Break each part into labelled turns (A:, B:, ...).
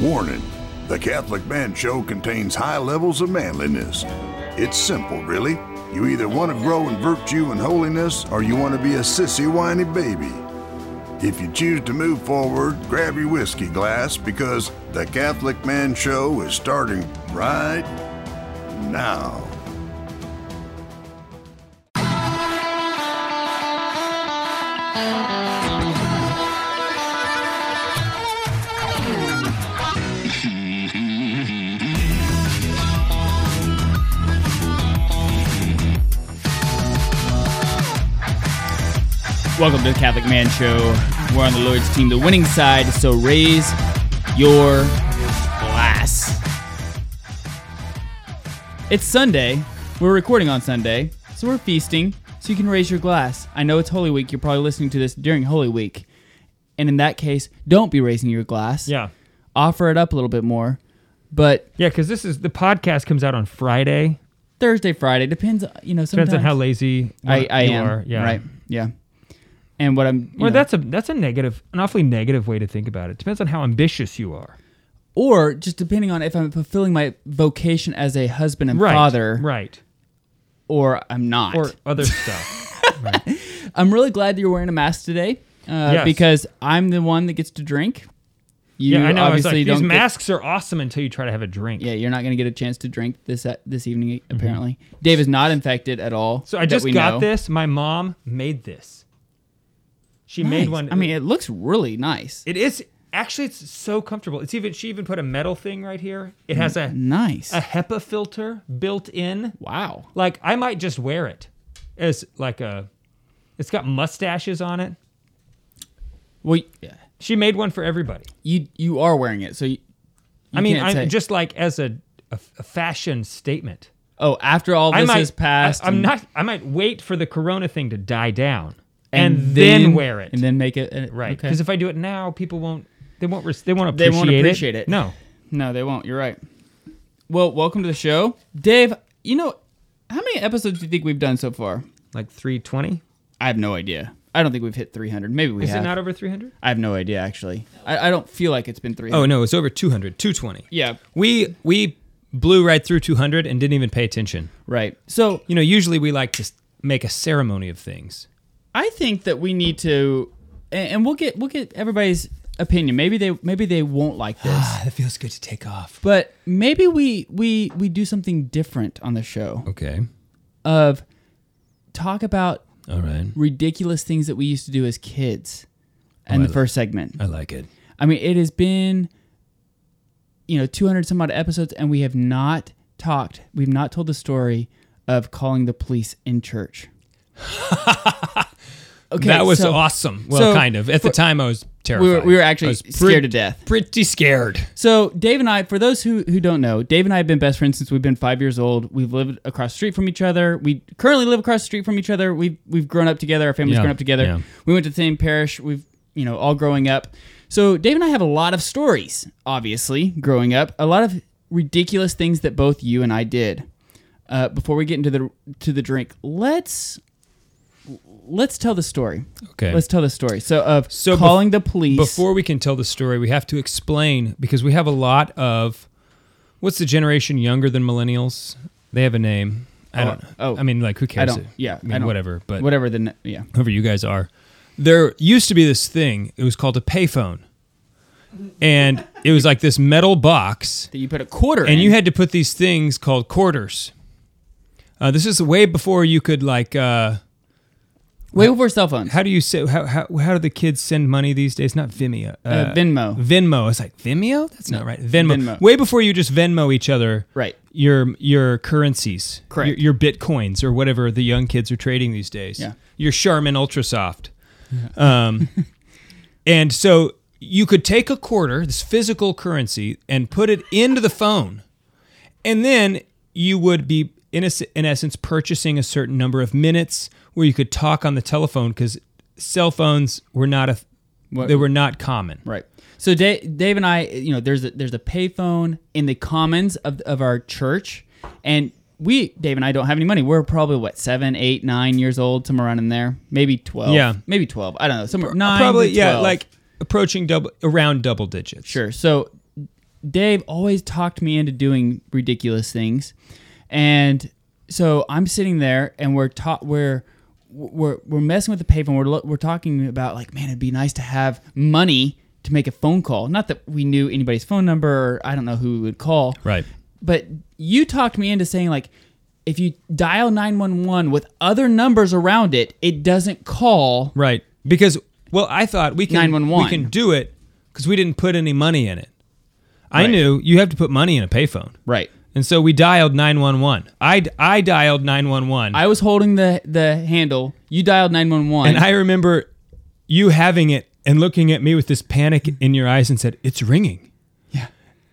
A: Warning The Catholic Man Show contains high levels of manliness. It's simple, really. You either want to grow in virtue and holiness, or you want to be a sissy, whiny baby. If you choose to move forward, grab your whiskey glass because The Catholic Man Show is starting right now.
B: Welcome to the Catholic Man Show. We're on the Lord's team, the winning side, so raise your glass. It's Sunday. We're recording on Sunday, so we're feasting, so you can raise your glass. I know it's Holy Week. You're probably listening to this during Holy Week. And in that case, don't be raising your glass.
C: Yeah.
B: Offer it up a little bit more. But
C: Yeah, because this is the podcast comes out on Friday.
B: Thursday, Friday, depends, you know, sometimes.
C: Depends on how lazy
B: I, I
C: you
B: am.
C: are. Yeah.
B: Right. Yeah. And what I'm. you
C: Well,
B: know-
C: that's a that's a negative, an awfully negative way to think about it. Depends on how ambitious you are.
B: or just depending on if I'm fulfilling my vocation as a husband and
C: Right.
B: father,
C: Right.
B: or I'm not.
C: Or other stuff.
B: I'm really glad that you're wearing a mask today, uh,
C: Yes.
B: because I'm the one that gets to drink. You
C: yeah, I know. It's
B: obviously
C: like
B: don't.
C: these
B: get-
C: masks are awesome until you try to have a drink.
B: yeah, you're not going to get a chance to drink this uh, this evening. Apparently, Dave is not infected at all.
C: Mm-hmm. So I
B: that
C: just
B: we
C: got
B: know.
C: this. My mom made this. She
B: Nice.
C: made one.
B: I mean, it looks really nice.
C: it is actually it's so comfortable. It's even she even put a metal thing right here. It has a
B: nice.
C: a HEPA filter built in.
B: wow.
C: Like I might just wear it as like a. It's got mustaches on it.
B: Well, y-
C: She made one for everybody.
B: you you are wearing it, so you,
C: I mean,
B: can't
C: I'm
B: say-
C: just like as a, a, a fashion statement.
B: oh, after all
C: I
B: this
C: might
B: has passed,
C: I, am
B: and-
C: not. I might wait for the corona thing to die down and, then, wear it.
B: and then make it uh,
C: right?
B: okay.
C: Because if I do it now, people won't. They won't. res- They won't
B: They
C: appreciate,
B: won't appreciate it.
C: No.
B: No, they won't. You're right. Well, welcome to the show. Dave, you know, how many episodes do you think we've done so far?
C: Like 320.
B: I have no idea. I don't think we've hit 300. Maybe we
C: Is
B: have.
C: it not over 300?
B: I have no idea, actually. I, I don't feel like it's been 300.
C: Oh no, it's over 200. 220.
B: Yeah,
C: We we blew right through 200 and didn't even pay attention.
B: right. So
C: You know, usually we like to s- make a ceremony of things.
B: I think that we need to, and, and we'll get we'll get everybody's opinion. Maybe they maybe they won't like this,
C: Ah, that feels good to take off.
B: but maybe we we we do something different on the show
C: Okay.
B: of talk about
C: All right.
B: ridiculous things that we used to do as kids.
D: Oh,
B: In the first segment,
C: I like it.
B: I mean, it has been, you know, 200 some odd episodes, and we have not talked, we've not told the story of calling the police in church. okay,
D: that was
B: so
D: awesome. Well,
B: so
D: kind of. At the time, I was terrified.
B: We were, we were actually
D: I was
B: scared to death.
D: Pretty scared.
B: So Dave and I, for those who who don't know, Dave and I have been best friends since we've been five years old. We've lived across the street from each other. We currently live across the street from each other. We've we've grown up together. Our families
D: Yeah,
B: grown up together.
D: yeah.
B: We went to the same parish. We've you know all growing up. So Dave and I have a lot of stories, obviously growing up. A lot of ridiculous things that both you and I did. Uh, before we get into the to the drink, let's let's tell the story.
D: Okay.
B: Let's tell the story. So of
D: So bef-
B: calling the police
D: Before we can tell the story, we have to explain because we have a lot of what's the generation younger than millennials? They have a name. I
B: Oh,
D: don't.
B: oh.
D: I mean, like who
B: I
D: cares?
B: don't. Yeah.
D: I mean,
B: don't-
D: whatever. But
B: whatever the ne- yeah.
D: whoever you guys are, there used to be this thing. It was called a payphone, and it was like this metal box.
B: that you put a quarter in.
D: and you had to put these things called quarters. Uh, this is way before you could like. Uh,
B: way before cell phones.
D: how do you say how, how how do the kids send money these days? Not Vimeo. Uh,
B: Venmo.
D: Venmo. It's like Vimeo. That's not right. Venmo.
B: Venmo.
D: Way before you just Venmo each other.
B: Right.
D: Your your currencies.
B: Correct.
D: Your, your bitcoins or whatever the young kids are trading these days.
B: Yeah.
D: Your Charmin Ultrasoft. Um, and so you could take a quarter, this physical currency, and put it into the phone, and then you would be in es- in essence purchasing a certain number of minutes where you could talk on the telephone because cell phones were not a
B: What-
D: they were not common.
B: right. So Dave, Dave and I, you know, there's a, there's a payphone in the commons of of our church, and we Dave and I don't have any money. We're probably what seven, eight, nine years old, somewhere around in there, maybe twelve.
D: Yeah.
B: maybe twelve. I don't know. Somewhere nine.
D: Probably
B: to
D: yeah,
B: 12.
D: like approaching double around double digits.
B: sure. So Dave always talked me into doing ridiculous things, and so I'm sitting there and we're taught we're we're we're messing with the paper and we're lo- we're talking about like man it'd be nice to have money to make a phone call. Not that we knew anybody's phone number or I don't know who we would call.
D: Right.
B: But you talked me into saying like if you dial 911 with other numbers around it, it doesn't call.
D: Right. Because well, I thought we can
B: 911.
D: we can do it because we didn't put any money in it. I
B: Right.
D: knew you have to put money in a payphone.
B: Right.
D: And so we dialed 911. I, I dialed 911.
B: I was holding the the handle. You dialed 911.
D: and I remember you having it and looking at me with this panic in your eyes and said, "It's ringing."
B: yeah.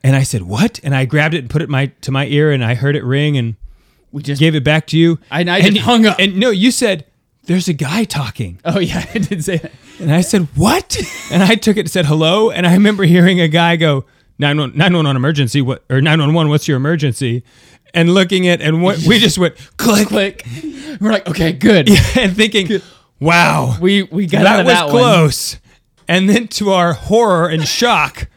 D: And I said, "What?" And I grabbed it and put it my to my ear and I heard it ring and
B: We just
D: gave it back to you.
B: And I
D: and
B: just
D: you-
B: hung up.
D: And no, you said, "There's a guy talking."
B: Oh yeah, I did say that.
D: And I said, "What?" and I took it and said, "Hello." And I remember hearing a guy go, "911 911 emergency, what or 911, what's your emergency?" And looking at and what we just went click
B: Click. We're like, okay, good.
D: and thinking, "Wow."
B: We we got out
D: that
B: of
D: was
B: that one.
D: close. And then to our horror and shock,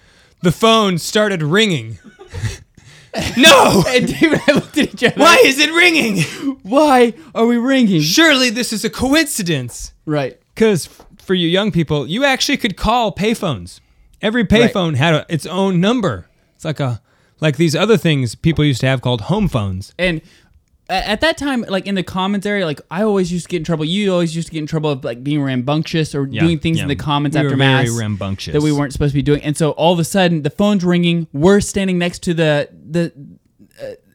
D: the phone started ringing. no!
B: And Dave and I looked at each other.
D: Why is it ringing?
B: Why are we ringing?
D: Surely this is a coincidence.
B: Right.
D: Because for you young people, you actually could call payphones. Every payphone had a, its own number. It's like a like these other things people used to have called home phones.
B: And a- at that time, like in the comments area, like I always used to get in trouble. You always used to get in trouble of like being rambunctious or doing things
D: yeah.
B: in the comments
D: We
B: after
D: were
B: mass
D: very rambunctious.
B: that we weren't supposed to be doing. And so all of a sudden, the phone's ringing. We're standing next to the the uh,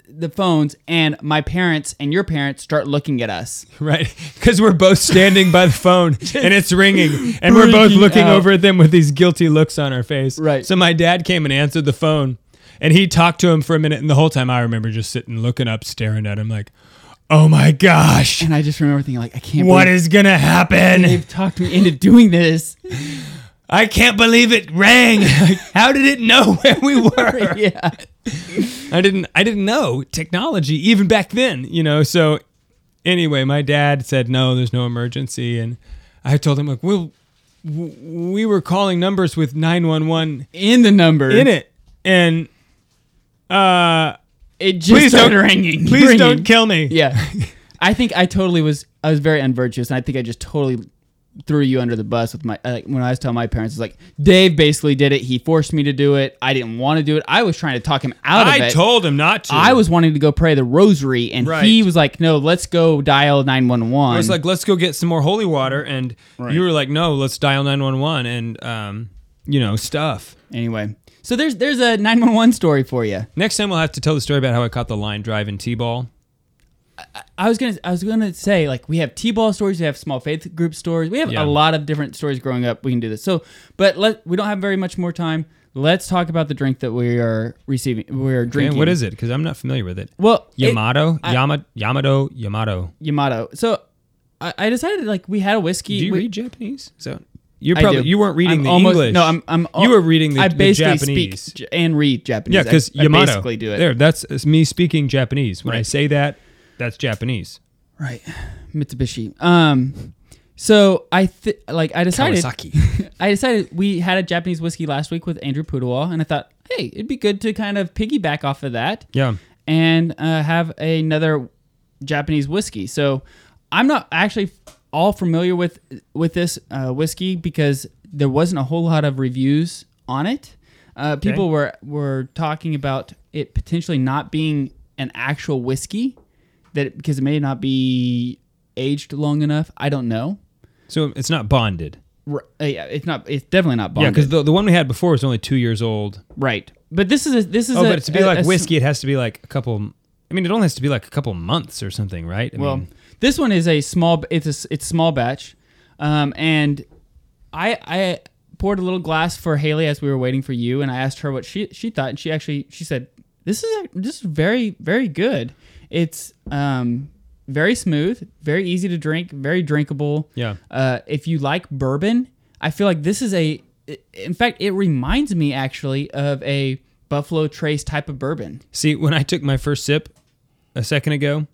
B: the phones, and my parents and your parents start looking at us.
D: Right? Because we're both standing by the phone and it's ringing, and we're both
B: freaking
D: looking
B: out.
D: over at them with these guilty looks on our face.
B: Right.
D: So my dad came and answered the phone, and he talked to him for a minute, and the whole time I remember just sitting, looking up, staring at him, like, "Oh my gosh,
B: And I just remember thinking, like, I can't.
D: what
B: believe
D: is gonna happen?
B: They've talked me into doing this.
D: I can't believe it rang. How did it know where we were?
B: yeah.
D: I didn't. I didn't know technology even back then. You know. So anyway, my dad said no. There's no emergency, and I told him like, well, w- we were calling numbers with nine one one
B: In the number.
D: in it, and uh,
B: It just
D: please don't
B: started ringing.
D: Please
B: ringing.
D: don't kill me.
B: Yeah. I think I totally was. I was very unvirtuous, and I think I just totally threw you under the bus with my like when I was telling my parents, it's like Dave basically did it. He forced me to do it. I didn't want to do it. I was trying to talk him out of
D: I
B: it.
D: told him not to.
B: I was wanting to go pray the rosary, and
D: Right.
B: he was like, "No, let's go dial 911."
D: I was like, let's go get some more holy water, and you were like, no, let's dial nine one one and um, you know, stuff.
B: anyway. So there's there's a 911 story for you.
D: Next time we'll have to tell the story about how I caught the line drive in t-ball.
B: I was gonna I was gonna say like we have T-ball stories, we have small faith group stories, we have
D: Yeah.
B: a lot of different stories growing up. We can do this. So, but let we don't have very much more time. Let's talk about the drink that we are receiving. We're
D: Okay,
B: drinking.
D: what is it? Because I'm not familiar with it.
B: Well, it-
D: Yamato, Yama, Yamato, Yamato.
B: Yamato. So, I, I decided like we had a whiskey.
D: Do you
B: we,
D: read Japanese? So you're
B: I
D: probably
B: do.
D: you weren't reading
B: I'm
D: the
B: almost-
D: English.
B: No, I'm. I'm
D: you were reading the,
B: I
D: the
B: basically
D: Japanese.
B: speak J- and read Japanese.
D: yeah, because
B: I- I
D: Yamato.
B: basically do it.
D: There, that's it's me speaking Japanese. When I
B: Right.
D: say that, that's Japanese.
B: Right, Mitsubishi. Um, so I th- like I decided.
D: Kawasaki.
B: I decided we had a Japanese whiskey last week with Andrew Pudowal, and I thought, hey, it'd be good to kind of piggyback off of that
D: Yeah.
B: and uh, have another Japanese whiskey. So I'm not actually all familiar with with this uh, whiskey because there wasn't a whole lot of reviews on it. Uh, People were were talking about it potentially not being an actual whiskey that because it may not be aged long enough. I don't know.
D: So it's not bonded.
B: R- uh, yeah, it's not. It's definitely not
D: Yeah,
B: bonded.
D: because the, the one we had before was only two years old.
B: Right. But this is a, this is
D: Oh,
B: a,
D: but to be
B: a- a
D: like
B: s-
D: whiskey, it has to be like a couple. I mean, it only has to be like a couple months or something, right? I
B: Well,
D: mean,
B: this one is a small. b- It's a, s- it's small batch, um, and I I poured a little glass for Haley as we were waiting for you, and I asked her what she she thought, and she actually she said this is a, this is very very good. It's um very smooth, very easy to drink, very drinkable.
D: Yeah.
B: Uh, if you like bourbon, I feel like this is a. i- In fact, it reminds me actually of a Buffalo Trace type of bourbon.
D: See, when I took my first sip a second ago,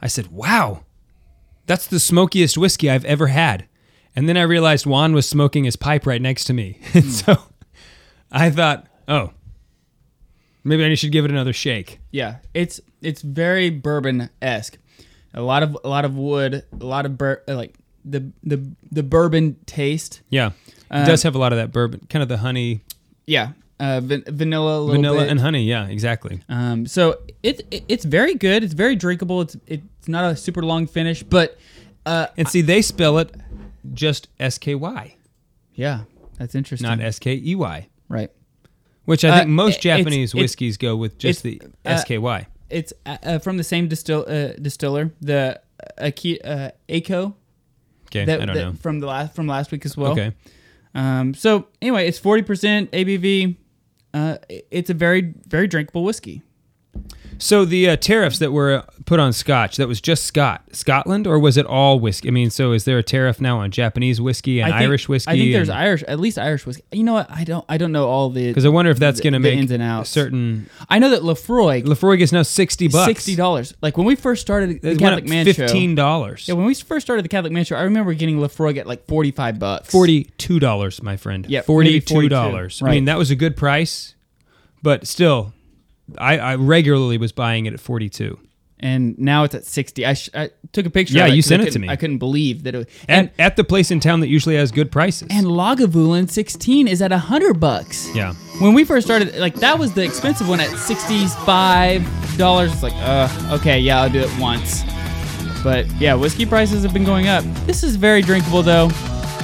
D: I said, "Wow, that's the smokiest whiskey I've ever had." And then I realized Juan
B: Hmm.
D: was smoking his pipe right next to me, and so I thought, "Oh, Maybe I should give it another shake.
B: Yeah, it's it's very bourbon esque. A lot of a lot of wood, a lot of bur- uh, like the the the bourbon taste.
D: Yeah. it
B: Uh,
D: does have a lot of that bourbon, kind of the honey,
B: Yeah, uh, van- vanilla, a little
D: vanilla
B: bit.
D: and honey. Yeah, exactly.
B: Um, so it, it it's very good. It's very drinkable. It's it's not a super long finish, but uh,
D: And see, they spell it just S K Y,
B: yeah, that's interesting.
D: not S K E Y,
B: right.
D: which I
B: Hmm. Uh,
D: think most
B: it's-
D: Japanese
B: it's-
D: whiskeys go with just the
B: it's, uh,
D: S K Y.
B: It's uh, uh, from the same distill uh, distiller, the Aki, uh, Aiko.
D: Okay,
B: That,
D: I don't
B: that-
D: know.
B: from the last from last week as well.
D: Okay,
B: Um, so anyway, it's forty percent ABV. Uh, i- it's a very very drinkable whiskey.
D: so the uh, tariffs that were uh, put on Scotch, that was just Scot Scotland, or was it all whiskey? I mean, so is there a tariff now on Japanese whiskey and
B: I think-
D: Irish whiskey?
B: I think there's
D: and-
B: Irish, at least Irish whiskey. You know what? I don't I don't know all the
D: Because I wonder if that's
B: the-
D: going to
B: the
D: make
B: ins and outs.
D: certain.
B: I know that Lefroy
D: Lefroy gets now sixty bucks.
B: sixty dollars. Like when we first started the
D: It went
B: Catholic
D: up
B: Man
D: fifteen
B: Show.
D: dollars.
B: Yeah, when we first started the Catholic Man Show, I remember getting Lefroy at like forty five bucks.
D: Forty-two dollars, my friend.
B: Yeah, maybe
D: forty-two dollars. I
B: right.
D: mean, that was a good price, but still, I, I regularly was buying it at forty-two.
B: and now it's at sixty. I, sh- I took a picture.
D: Yeah,
B: of it
D: you
B: 'cause I
D: sent it to
B: couldn't-
D: me.
B: I couldn't believe that it. Was,
D: And at the place in town that usually has good prices.
B: and Lagavulin 16 is at 100 bucks.
D: Yeah.
B: When we first started, like that was the expensive one at $65. It's like, uh, okay, yeah, I'll do it once. But yeah, whiskey prices have been going up. This is very drinkable though.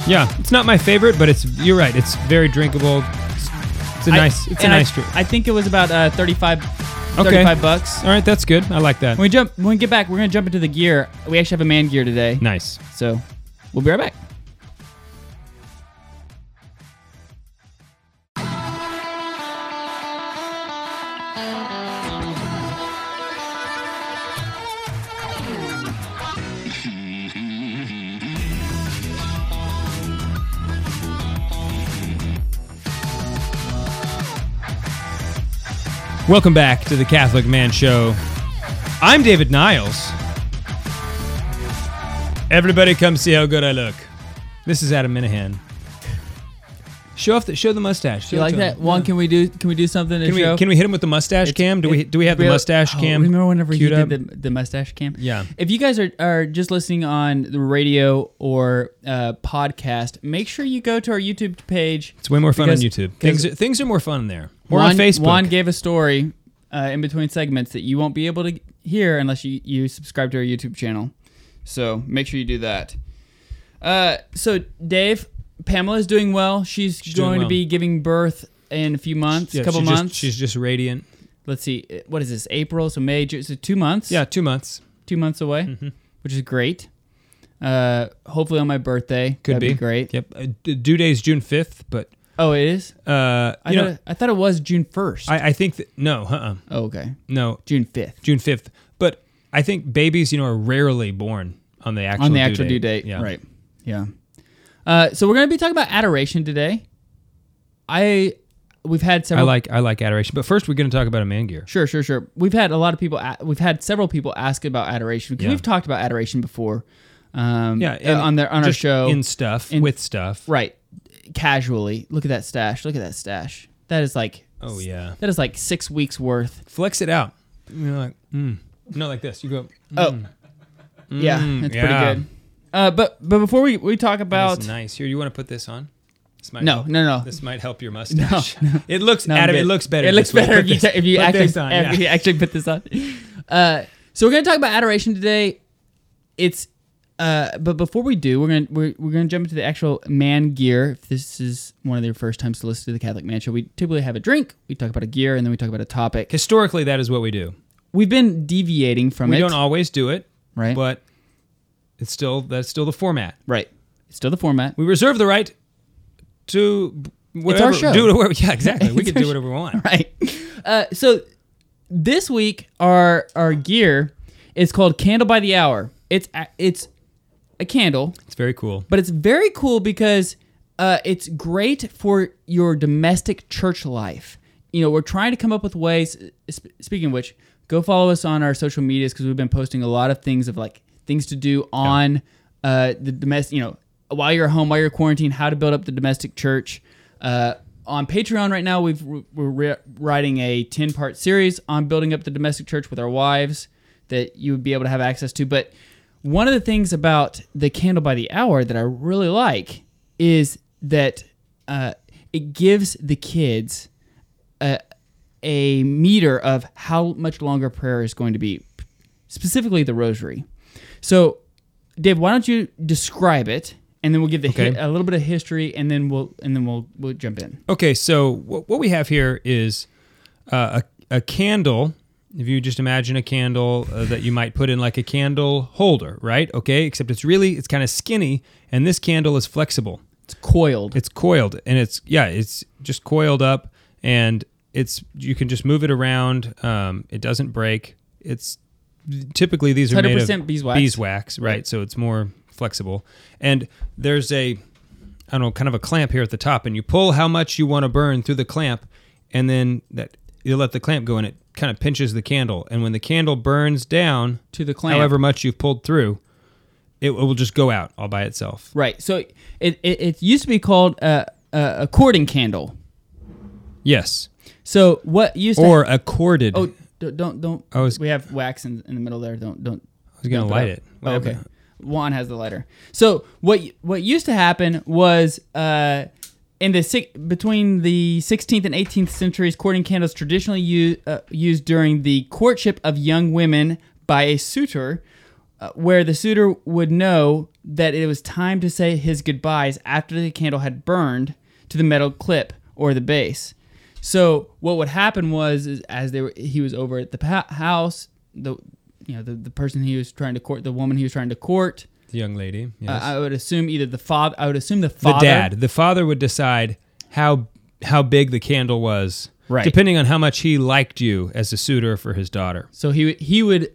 D: yeah, it's not my favorite, but it's you're right. It's very drinkable. It's, it's a nice. It's a
B: and I-
D: nice drink.
B: I think it was about uh, 35 35 bucks.
D: All right, that's good. I like that.
B: When we jump when we get back, we're going to jump into the gear. We actually have a man gear today.
D: Nice.
B: So, we'll be right back.
D: Welcome back to the Catholic Man Show. I'm David Niles. Everybody come see how good I look. This is Adam Minahan. Show off the show the mustache. Show
B: You
D: it
B: like
D: to
B: that?
D: him.
B: One, can we do can we do something to
D: Can we
B: show?
D: can we hit him with the mustache cam? Do we do we have the
B: Real-
D: mustache
B: Oh,
D: cam?
B: Remember whenever you
D: queued
B: did
D: up?
B: the, the mustache cam?
D: Yeah.
B: If you guys are, are just listening on the radio or uh, podcast, make sure you go to our YouTube page.
D: It's way more fun
B: because-
D: on YouTube.
B: because
D: Things are, things are more fun there. Or
B: Juan-
D: on Facebook.
B: Juan gave a story uh, in between segments that you won't be able to hear unless you, you subscribe to our YouTube channel. So make sure you do that. Uh, so Dave, Pamela is doing well. She's,
D: doing
B: going to
D: well.
B: be giving birth in a few months,
D: Yeah,
B: couple
D: she just-
B: months.
D: she's just radiant.
B: Let's see, uh, what is this? April, so May, June, so two months
D: Yeah, two months.
B: two months away,
D: Mm-hmm.
B: which is great. Uh, hopefully on my birthday,
D: Could
B: That'd be. great.
D: Yep. Uh, d- due day is June fifth, but
B: Oh, it is.
D: uh,
B: I
D: you
B: thought
D: know,
B: it, I thought it was June first.
D: I, I think that no, uh-uh,
B: Oh, okay,
D: no.
B: June fifth.
D: June fifth. But I think babies, you know, are rarely born on the actual
B: on the
D: due
B: actual
D: date.
B: due date.
D: Yeah.
B: Right. Yeah. Uh, so we're gonna be talking about adoration today. I we've had
D: I
B: several.
D: like I like adoration, but first we're going to talk about a man gear.
B: sure, sure, sure. We've had a lot of people. A- we've had several people ask about adoration because
D: Yeah.
B: we've talked about adoration before. Um,
D: Yeah,
B: uh, on their on our
D: just
B: show
D: in stuff
B: in-
D: with stuff.
B: right casually. Look at that stash. Look at that stash. That is like
D: Oh yeah,
B: that is like six weeks worth
D: flex it out. You're like, mm. no, like this. You go.
B: Oh,
D: Mm.
B: Mm, yeah, that's
D: yeah.
B: pretty good. Uh, but but before we, we talk
D: That's
B: about
D: nice. Here, you want to put this on? This might
B: no
D: help.
B: no no,
D: This might help your mustache. It looks,
B: no I'm
D: Adam.
B: good.
D: It looks better.
B: It looks
D: this way.
B: better
D: Put
B: if you,
D: this-
B: ta- if you
D: put
B: actually
D: this on,
B: if
D: yeah.
B: you actually put this on. Uh, so we're gonna talk about adoration today. It's uh, but before we do, we're gonna we're, we're gonna jump into the actual man gear. If this is one of your first times to listen to the Catholic Man Show, we typically have a drink, we talk about a gear, and then we talk about a topic.
D: Historically, that is what we do.
B: We've been deviating from
D: We
B: it,
D: don't always do it,
B: right?
D: but it's still that's still the format.
B: right. It's still the format.
D: We reserve the right to whatever,
B: show.
D: Do whatever, yeah, exactly. we
B: It's
D: can
B: our
D: do whatever we want.
B: right. Uh, so this week our our gear is called Candle by the Hour. It's a, it's a candle,
D: It's very cool.
B: but it's very cool because uh, it's great for your domestic church life. You know, we're trying to come up with ways. sp- Speaking of which, go follow us on our social medias because we've been posting a lot of things of like things to do on uh, the domestic. You know, while you're home, while you're quarantined, how to build up the domestic church. Uh, on Patreon right now, we've we're re- writing a ten part series on building up the domestic church with our wives that you would be able to have access to. But one of the things about the candle by the hour that I really like is that uh, it gives the kids a meter of how much longer prayer is going to be, specifically the rosary. So, Dave, why don't you describe it, and then we'll give the hi-
D: Okay.
B: a little bit of history, and then we'll and then we'll we'll jump in.
D: Okay, so wh- what we have here is uh, a, a candle. If you just imagine a candle uh, that you might put in like a candle holder, right? Okay, except it's really it's kind of skinny, and this candle is flexible.
B: It's coiled.
D: It's coiled, and it's yeah, it's just coiled up, and it's you can just move it around. Um, it doesn't break. It's typically these are made of
B: 100% beeswax.
D: beeswax, right? So it's more flexible, and there's a I don't know, kind of a clamp here at the top, and you pull how much you want to burn through the clamp, and then that you let the clamp go, and it kind of pinches the candle. And when the candle burns down
B: To the clamp.
D: however much you've pulled through, it, it will just go out all by itself.
B: right. So it, it, it used to be called a, a, a cording candle.
D: Yes,
B: So what used to
D: or a corded.
B: oh d- don't don't
D: I was-
B: we have wax in, in the middle there. Don't don't. I
D: was gonna light it. What
B: Oh, okay.
D: happened?
B: Juan has the lighter. So what y- what used to happen was uh, in the six, between the 16th and 18th centuries, courting candles traditionally u- uh, used during the courtship of young women by a suitor, uh, where the suitor would know that it was time to say his goodbyes after the candle had burned to the metal clip or the base. So what would happen was, is as they were, he was over at the pa- house, the you know the, the person he was trying to court, the woman he was trying to court.
D: The young lady. Yes.
B: uh, I would assume either the father, I would assume the
D: the
B: father,
D: dad. The father would decide how how big the candle was,
B: Right.
D: depending on how much he liked you as a suitor for his daughter.
B: So he would- he would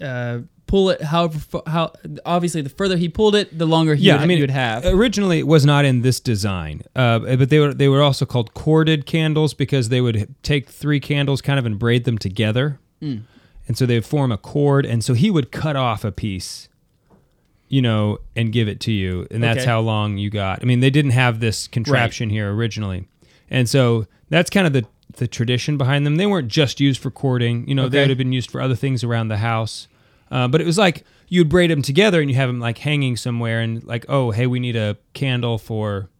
B: uh, pull it however fa- how obviously the further he pulled it, the longer he would, he would have.
D: Originally, it was not in this design, uh, but they were they were also called corded candles because they would take three candles kind of and braid them together,
B: Mm.
D: and so they would form a cord. And so he would cut off a piece, you know, and give it to you, and that's
B: Okay.
D: how long you got. I mean, they didn't have this contraption here originally, and so that's kind of the the tradition behind them. They weren't just used for cording, you know, they
B: Okay.
D: would have been used for other things around the house. Uh, but it was like you'd braid them together and you have them like hanging somewhere and like, oh, hey, we need a candle for,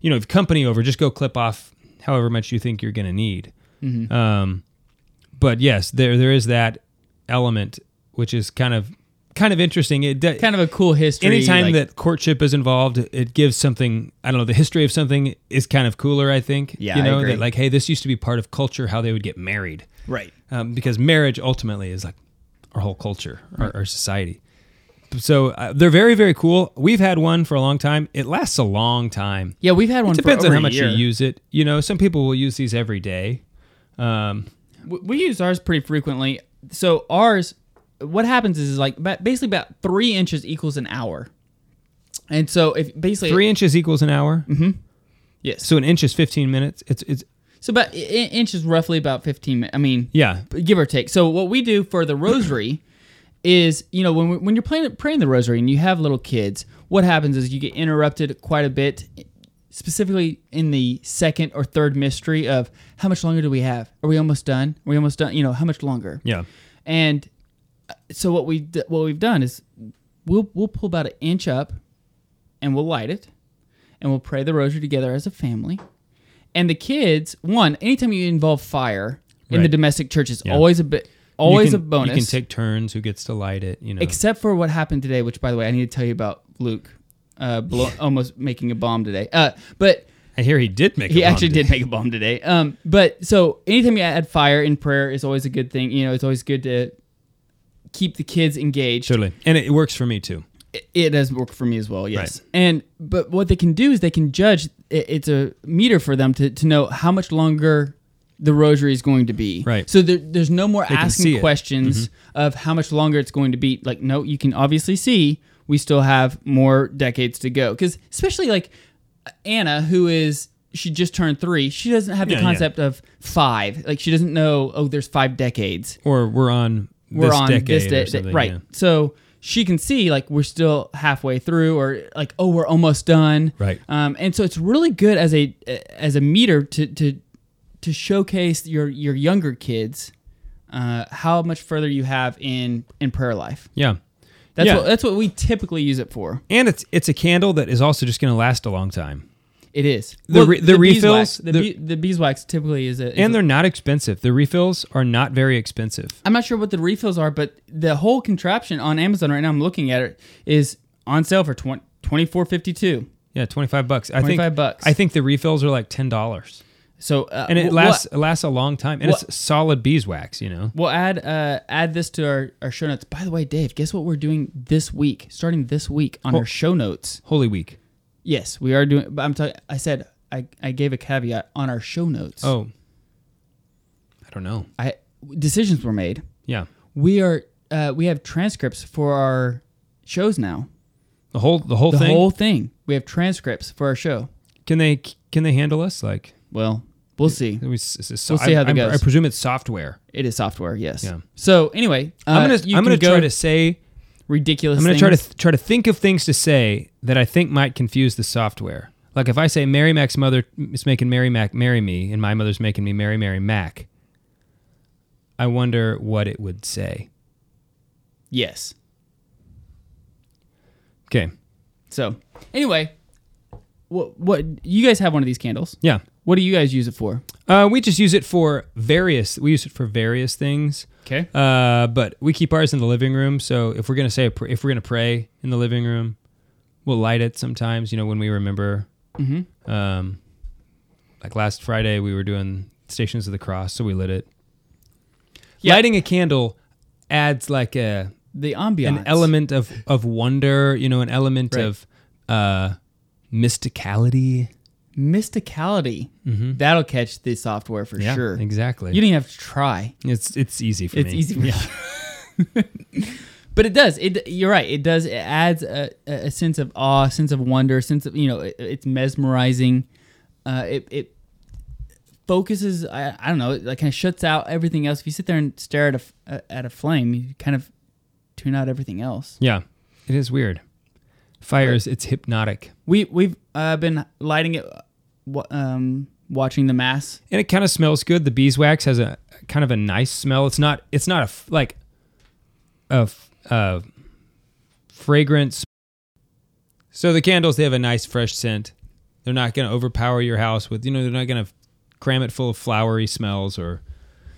D: you know, if company over, just go clip off however much you think you're going to need. Um, but yes, there there is that element which is kind of kind of interesting. It de-
B: kind of a cool history.
D: anytime
B: like-
D: that courtship is involved, it gives something. I don't know. The history of something is kind of cooler. I think.
B: Yeah,
D: you
B: I
D: know
B: agree.
D: that like, hey, this used to be part of culture how they would get married,
B: right.
D: um, because marriage ultimately is like our whole culture, our, our society. So uh, they're very very cool. We've had one for a long time. It lasts a long time.
B: Yeah, we've had one.
D: It depends
B: for
D: on
B: over
D: how
B: a
D: much
B: year.
D: you use it. You know, some people will use these every day. Um,
B: We- we use ours pretty frequently. So ours, what happens is, is like ba- basically about three inches equals an hour, and so if basically
D: three inches equals an hour.
B: Mm-hmm. yes, so,
D: So an inch is fifteen minutes. It's it's
B: about i- in- inches roughly about fifteen. mi- I mean,
D: yeah.
B: give or take. So what we do for the rosary is, you know, when we, when you're playing, praying the rosary and you have little kids, what happens is you get interrupted quite a bit, specifically in the second or third mystery of how much longer do we have? Are we almost done? Are we almost done? You know, how much longer?
D: Yeah.
B: And uh, so what we d- what we've done is we'll we'll pull about an inch up, and we'll light it, and we'll pray the rosary together as a family. And the kids, one, anytime you involve fire in the
D: Right.
B: domestic church, is
D: Yeah.
B: always a bit always
D: You can-
B: a bonus.
D: You can take turns who gets to light it. You know.
B: except for what happened today, which by the way I need to tell you about Luke, uh, blow, almost making a bomb today. Uh, but
D: I hear he did make.
B: he actually did make a bomb today. Um, but so anytime you add fire in prayer is always a good thing. You know, it's always good to keep the kids engaged.
D: Totally, and it works for me too.
B: It- It does work for me as well. Yes. And but what they can do is they can judge. i- It's a meter for them to to know how much longer the rosary is going to be.
D: Right.
B: So there, there's no more
D: see
B: asking
D: it. Mm-hmm.
B: questions of how much longer it's going to be. Like, no, you can obviously see we still have more decades to go. Because especially like Anna, who is she just turned three, she doesn't have the
D: Yeah, yeah.
B: concept of five. Like she doesn't know. Oh, there's five decades
D: Or we're on.
B: we're
D: this
B: on
D: decade
B: this
D: or
B: day,
D: something,
B: right?
D: yeah.
B: So she can see like we're still halfway through or like oh we're almost done
D: Right.
B: um, and so it's really good as a as a meter to to to showcase your your younger kids uh, how much further you have in in prayer life
D: Yeah.
B: that's
D: Yeah.
B: what that's what we typically use it for
D: And it's it's a candle that is also just going to last a long time.
B: it is
D: The re- the
B: beeswax-
D: refills,
B: the,
D: the-
B: be- the beeswax typically is a is
D: And
B: a-
D: they're not expensive. The refills are not very expensive.
B: I'm not sure what the refills are, but the whole contraption on Amazon right now, I'm looking at it, is on sale for 20, 24.52.
D: Yeah, 25 bucks. I think
B: 25 bucks.
D: I think the refills are like $10.
B: So uh,
D: And it
B: we'll-
D: lasts it lasts a long time and
B: what-
D: it's solid beeswax, you know.
B: We'll, we'll add uh, add this to our, our show notes. By the way, Dave, guess what we're doing this week? Starting this week on our show notes.
D: Holy week.
B: Yes, we are doing. But I'm talking. I said I, I gave a caveat on our show notes.
D: Oh. I don't know.
B: I decisions were made.
D: Yeah.
B: We are uh, we have transcripts for our shows now.
D: The whole the whole
B: The
D: thing.
B: whole thing. We have transcripts for our show.
D: can they can they handle us like
B: Well, we'll see.
D: it was, it's a so-
B: We'll see
D: I-
B: how that
D: I'm-
B: goes.
D: I presume it's software.
B: It is software, yes.
D: Yeah.
B: So anyway, uh,
D: I'm gonna
B: you
D: I'm
B: can
D: gonna
B: go
D: try to say
B: ridiculous.
D: I'm gonna try to
B: things.
D: th- try to think of things to say that I think might confuse the software. Like if I say Mary Mac's mother is making Mary Mac marry me, and my mother's making me marry Mary Mac. I wonder what it would say.
B: yes.
D: Okay,
B: So anyway, what what you guys have one of these candles?
D: yeah.
B: What do you guys use it for?
D: Uh, we just use it for various. We use it for various things.
B: Okay.
D: Uh, but we keep ours in the living room. So if we're gonna say a pr- if we're gonna pray in the living room, we'll light it sometimes. You know when we remember. Mm-hmm. Um, like last Friday we were doing Stations of the Cross, so we lit it.
B: Yeah.
D: Lighting a candle adds like a
B: the ambiance.
D: an element of of wonder. You know, an element
B: Right.
D: of uh, mysticality.
B: mysticality. That'll catch the software for sure.
D: exactly.
B: You don't even have to try.
D: it's it's easy for
B: It's
D: me.
B: easy for you. but it does. It you're right. It does. It adds a, a sense of awe, sense of wonder, sense of you know. It, it's mesmerizing. Uh, it it focuses. I, I don't know. It like kind of shuts out everything else. If you sit there and stare at a f- uh, at a flame, you kind of tune out everything else.
D: Yeah, it is weird. Fires, it's hypnotic.
B: We we've uh, been lighting it. uh, wa- Um, watching the mass.
D: and it kind of smells good. The beeswax has a kind of a nice smell. It's not it's not a f- like a f- uh, fragrance. So the candles they have a nice fresh scent. They're not going to overpower your house with you know they're not going to cram it full of flowery smells or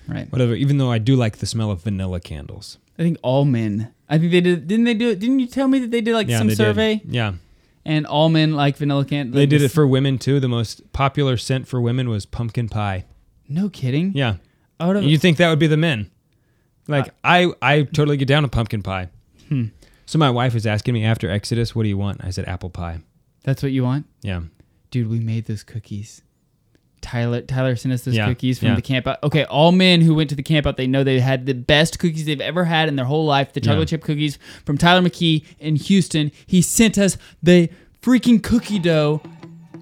B: Right.
D: whatever. Even though I do like the smell of vanilla candles.
B: I think all men. I think they did. Didn't they do it? Didn't you tell me that they did like some
D: they did.
B: survey
D: Yeah,
B: and all men like vanilla can?
D: they did it for women too. The most popular scent for women was pumpkin pie.
B: No kidding.
D: Yeah,
B: I would have,
D: You think that would be the men?
B: Uh,
D: Like I, I totally get down to pumpkin pie.
B: Hmm.
D: So my wife was asking me after Exodus, "What do you want?" I said apple pie.
B: that's what you want,
D: Yeah,
B: dude. We made those cookies. Tyler Tyler sent us those
D: Yeah,
B: cookies from
D: yeah.
B: the camp out. Okay, all men who went to the camp out, they know they had the best cookies they've ever had in their whole life. The chocolate chip cookies from Tyler McKee in Houston. He sent us the freaking cookie dough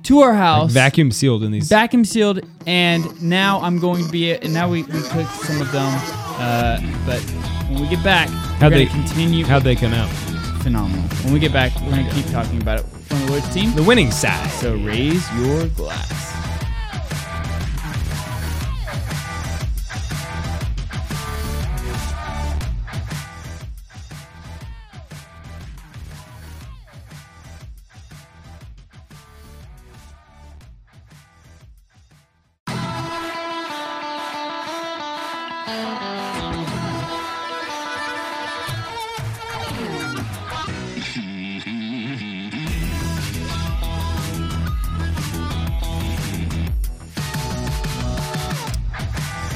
B: to our house.
D: vacuum sealed in these.
B: vacuum sealed and now i'm going to be and now we, we cooked some of them uh, but when we get back we're
D: how'd
B: going
D: they
B: to continue
D: How'd they come out?
B: phenomenal when we get back we're going to keep talking about it from the Woods team
D: The winning side.
B: so raise your glass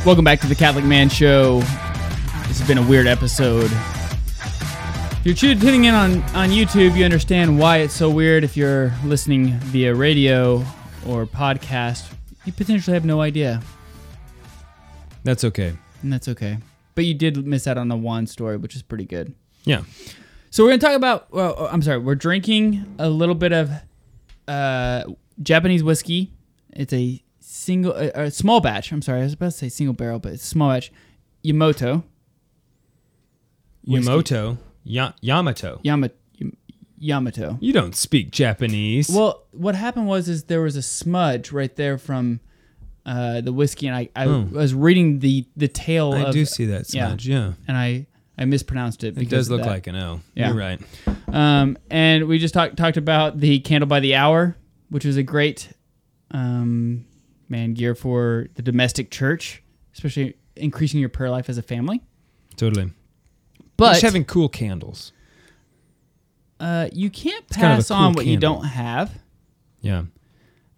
B: welcome back to the catholic man show this has been a weird episode if you're tu- tuning in on, on youtube you understand why it's so weird if you're listening via radio or podcast you potentially have no idea
D: That's okay.
B: And that's okay. But you did miss out on the one story, which is pretty good.
D: Yeah,
B: So we're going to talk about, well, uh, I'm sorry, we're drinking a little bit of uh, Japanese whiskey. It's a single, a, a small batch. I'm sorry, I was about to say single barrel, but it's a small batch. Yamoto. Whiskey.
D: Yamoto. Ya- Yamato.
B: Yama- Yamato.
D: You don't speak Japanese.
B: Well, what happened was is there was a smudge right there from uh, the whiskey, and I, I was reading the the tail.
D: Hmm. I
B: of,
D: do see that
B: uh, yeah.
D: smudge. Yeah,
B: and I I mispronounced it.
D: it
B: because
D: does
B: of
D: look
B: that.
D: like an O.
B: Yeah.
D: You're right.
B: Um, and we just talked talked about the candle by the hour, which was a great um, man gear for the domestic church, especially increasing your prayer life as a family.
D: Totally.
B: But
D: Just having cool candles.
B: uh, you can't
D: kind of a
B: pass on
D: cool
B: what you
D: candle.
B: don't have.
D: Yeah.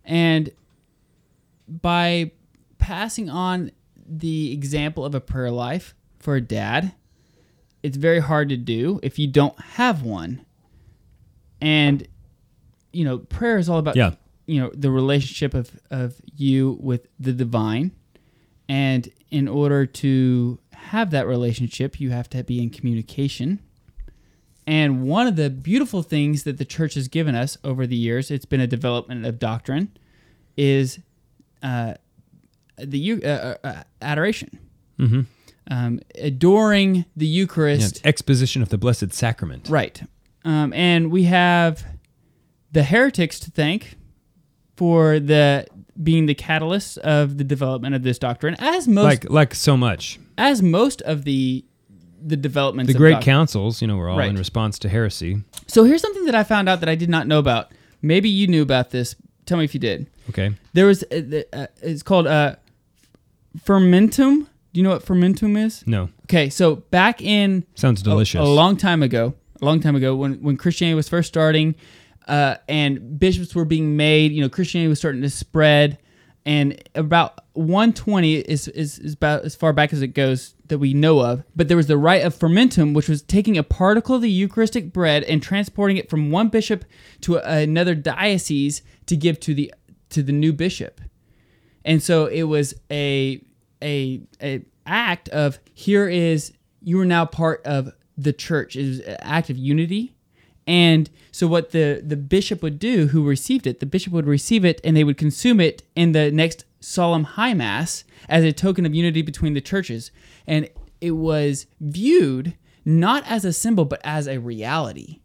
B: And by passing on the example of a prayer life for a dad, it's very hard to do if you don't have one. And you know, prayer is all about
D: Yeah.
B: you know, the relationship of of you with the divine. And in order to have that relationship, you have to be in communication. And one of the beautiful things that the church has given us over the years, it's been a development of doctrine, is uh, the eu- uh, uh, uh, adoration. Mm-hmm. Um, adoring the
D: yeah.
B: Eucharist
D: Exposition of the Blessed Sacrament.
B: Right. Um, and we have the heretics to thank for the being the catalyst of the development of this doctrine, as most
D: Like like so much.
B: as most of the the developments.
D: The
B: of
D: great
B: doc-
D: councils, you know, were all
B: Right.
D: in response to heresy.
B: So here's something that I found out that I did not know about. Maybe you knew about this. Tell me if you did.
D: Okay.
B: There was uh, the, uh, it's called uh, fermentum. Do you know what fermentum is?
D: No.
B: Okay, so back in
D: Sounds
B: a-
D: delicious.
B: A, long time ago, a long time ago, when when Christianity was first starting, uh, and bishops were being made, you know, Christianity was starting to spread, and about 120 is is, is about as far back as it goes that we know of. But there was the rite of fermentum, which was taking a particle of the Eucharistic bread and transporting it from one bishop to another diocese to give to the to the new bishop and so it was a a a act of here is you are now part of the church it was an act of unity and so what the the bishop would do who received it the bishop would receive it and they would consume it in the next solemn high mass as a token of unity between the churches and it was viewed not as a symbol but as a reality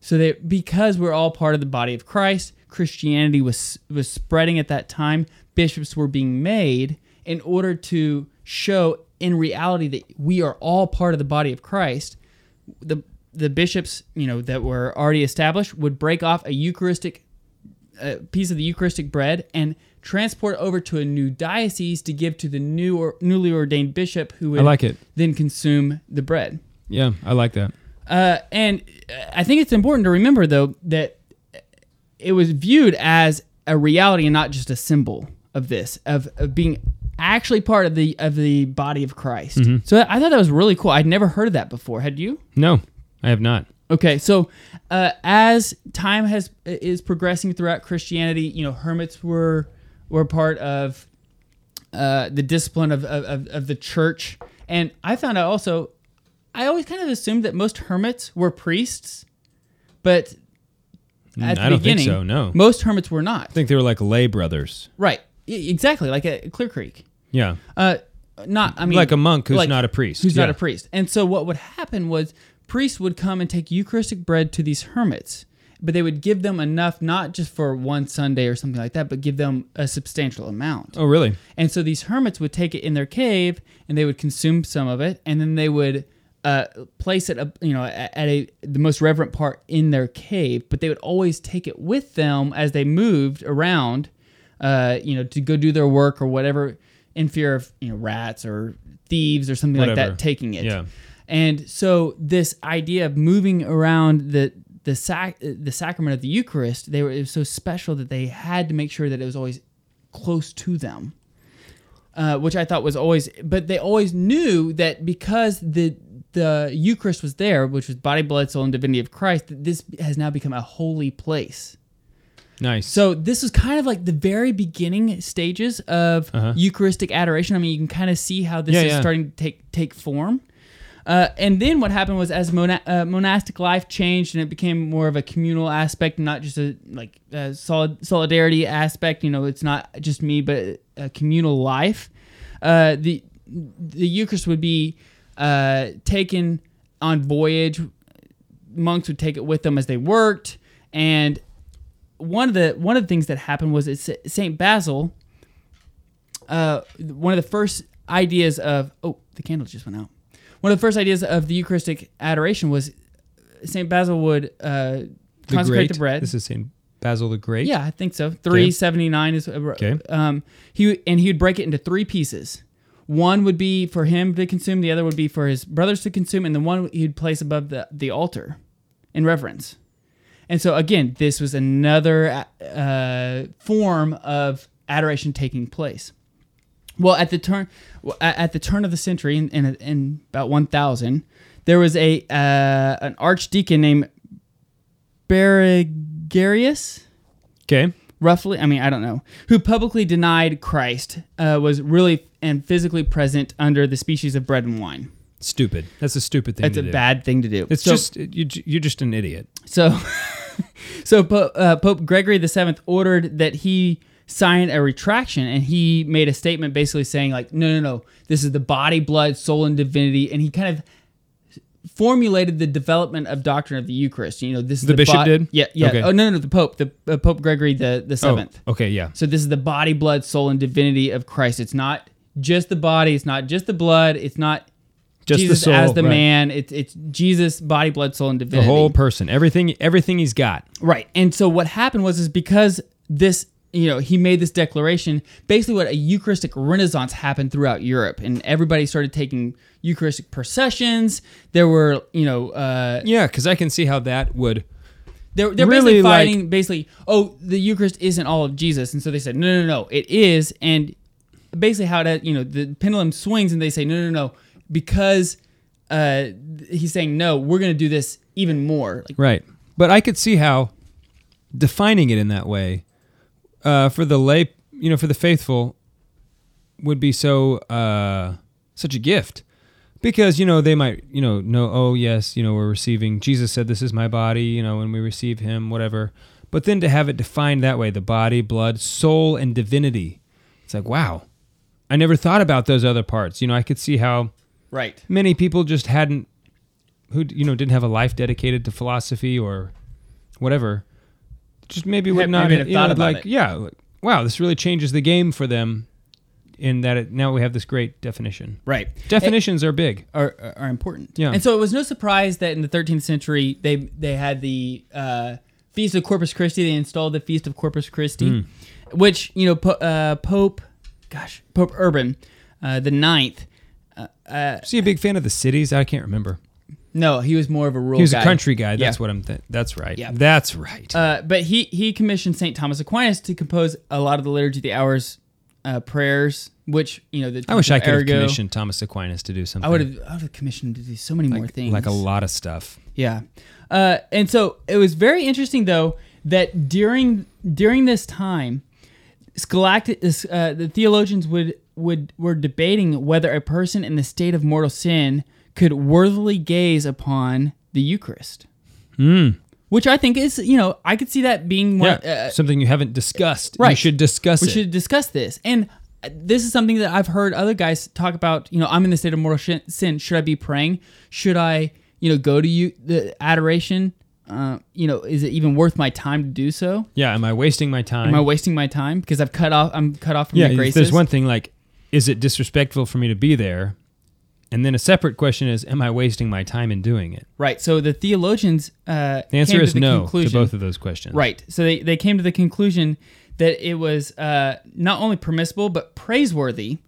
B: so that because we're all part of the body of Christ, Christianity was was spreading at that time. Bishops were being made in order to show in reality that we are all part of the body of Christ. The the bishops, you know, that were already established would break off a Eucharistic a piece of the Eucharistic bread and transport over to a new diocese to give to the new or newly ordained bishop who would
D: I like it.
B: then consume the bread.
D: Yeah, I like that.
B: Uh, and uh, I think it's important to remember, though, that it was viewed as a reality and not just a symbol of this, of, of being actually part of the of the body of Christ. So I thought that was really cool. I'd never heard of that before. Had you?
D: No, I have not.
B: Okay, so uh, as time has uh, is progressing throughout Christianity, you know, hermits were were part of uh, the discipline of, of, of, of the church, and I found out also, I always kind of assumed that most hermits were priests, but at the
D: Mm, I don't think
B: beginning,
D: so, no.
B: most hermits were not.
D: I think they were like lay brothers.
B: Right, E- exactly, like at Clear Creek.
D: Yeah.
B: Uh, not I mean
D: Like a monk who's not a priest,
B: Who's not
D: yeah.
B: a priest. And so what would happen was priests would come and take Eucharistic bread to these hermits, but they would give them enough not just for one Sunday or something like that, but give them a substantial amount.
D: Oh, really?
B: And so these hermits would take it in their cave and they would consume some of it, and then they would uh, place it, uh, you know, at at a the most reverent part in their cave. But they would always take it with them as they moved around, uh, you know, to go do their work or whatever, in fear of you know rats or thieves or something like
D: Whatever.
B: that taking it.
D: Yeah.
B: And so this idea of moving around the the sac the sacrament of the Eucharist, they were it was so special that they had to make sure that it was always close to them, uh, which I thought was always. But they always knew that because the the Eucharist was there, which was body, blood, soul, and divinity of Christ, that this has now become a holy place.
D: Nice.
B: So this was kind of like the very beginning stages of Eucharistic adoration. I mean, you can kind of see how this
D: Uh-huh. Yeah,
B: is
D: yeah.
B: starting to take take form. Uh, and then what happened was as mona- uh, monastic life changed and it became more of a communal aspect, not just a like a solid solidarity aspect. You know, it's not just me, but a communal life. Uh, the the Eucharist would be uh, taken on voyage monks would take it with them as they worked. And one of the one of the things that happened was it's Saint Basil. Uh, one of the first ideas of oh the candles just went out. One of the first ideas of the Eucharistic adoration was Saint Basil would uh,
D: The
B: consecrate
D: Great.
B: the bread.
D: This is Saint Basil the Great.
B: Yeah, I think so. Three seventy nine is okay. Um, he and he would break it into three pieces. One would be for him to consume, the other would be for his brothers to consume, and the one he'd place above the the altar in reverence. And so again, this was another uh, form of adoration taking place. Well, at the turn well, at at the turn of the century, in, in, in about one thousand, there was a uh, an archdeacon named Berengarius
D: Okay.
B: roughly i mean i don't know who publicly denied christ uh, was really and physically present under the species of bread and wine
D: Stupid. That's a stupid thing.
B: that's
D: to
B: a
D: do.
B: bad thing to do
D: It's
B: So-
D: just you, you're just an idiot.
B: so so pope, uh, pope gregory the seventh ordered that he sign a retraction and he made a statement basically saying like no no no this is the body blood soul and divinity and he kind of formulated the development of doctrine of the eucharist you know this is the,
D: bishop
B: bo-
D: did?
B: yeah yeah
D: Okay.
B: oh no no no the pope the uh, pope gregory the the seventh
D: Oh, okay. Yeah.
B: So this is the body, blood, soul, and divinity of Christ. It's not just the body. It's not just the blood. It's not
D: Just
B: Jesus
D: the soul,
B: as the
D: right.
B: man. It's it's Jesus, body, blood, soul, and
D: The
B: divinity.
D: whole person. Everything. Everything he's got.
B: right. And so what happened was is because this you know he made this declaration. Basically, what a Eucharistic Renaissance happened throughout Europe, and everybody started taking Eucharistic processions. There were you know. Uh,
D: Yeah, because I can see how that would.
B: They're, they're
D: Really,
B: basically
D: like-
B: fighting basically, oh, the Eucharist isn't all of Jesus. And so they said, no, no, no, it is. And basically how that, you know, the pendulum swings and they say, no, no, no, because uh, he's saying, no, we're going to do this even more. Like,
D: Right. But I could see how defining it in that way uh, for the lay, you know, for the faithful would be so uh, such a gift because you know they might you know know oh yes you know we're receiving Jesus said this is my body you know when we receive him whatever but then to have it defined that way the body blood soul and divinity it's like wow I never thought about those other parts you know I could see how
B: right.
D: many people just hadn't who you know didn't have a life dedicated to philosophy or whatever just maybe would
B: Had-
D: not
B: maybe have
D: you know,
B: thought about it.
D: like yeah like, wow this really changes the game for them in that it, now we have this great definition
B: Right.
D: definitions are big
B: are, are- are important.
D: Yeah.
B: And so it was no surprise that in the 13th century they they had the uh, Feast of Corpus Christi. They installed the Feast of Corpus
D: Mm.
B: Christi, which you know po- uh, Pope, gosh, Pope Urban uh, the ninth.
D: is he a big fan of the cities i can't remember
B: No, he was more of a rural.
D: he was
B: guy.
D: a country guy that's
B: Yeah.
D: what i'm th- that's right
B: Yeah.
D: that's right
B: Uh, but he he commissioned Saint Thomas Aquinas to compose a lot of the liturgy of the hours, uh, prayers, which you know the
D: i wish i could have
B: Ergo-
D: commissioned thomas aquinas to do something
B: I would have I would have commissioned him to do so many more things
D: like a lot of stuff
B: Yeah. Uh, and so it was very interesting though that during during this time, scholastic uh, the theologians would would were debating whether a person in the state of mortal sin could worthily gaze upon the Eucharist. Which I think is, you know, I could see that being one,
D: yeah
B: uh,
D: something you haven't discussed you
B: right.
D: should discuss
B: we
D: it
B: should discuss this. And uh, this is something that I've heard other guys talk about. You know, I'm in the state of mortal shin- sin. Should I be praying? Should I, you know, go to you the adoration? Uh, you know, is it even worth my time to do so?
D: yeah am i wasting my time
B: Am I wasting my time because I've cut off? I'm cut off from
D: yeah,
B: the
D: if
B: graces.
D: there's one thing like, is it disrespectful for me to be there? And then a separate question is, am I wasting my time in doing it?
B: right. So the theologians. Uh,
D: The answer
B: came
D: is
B: to the
D: no
B: conclusion,
D: to both of those questions.
B: Right. So they, they came to the conclusion that it was uh, not only permissible but praiseworthy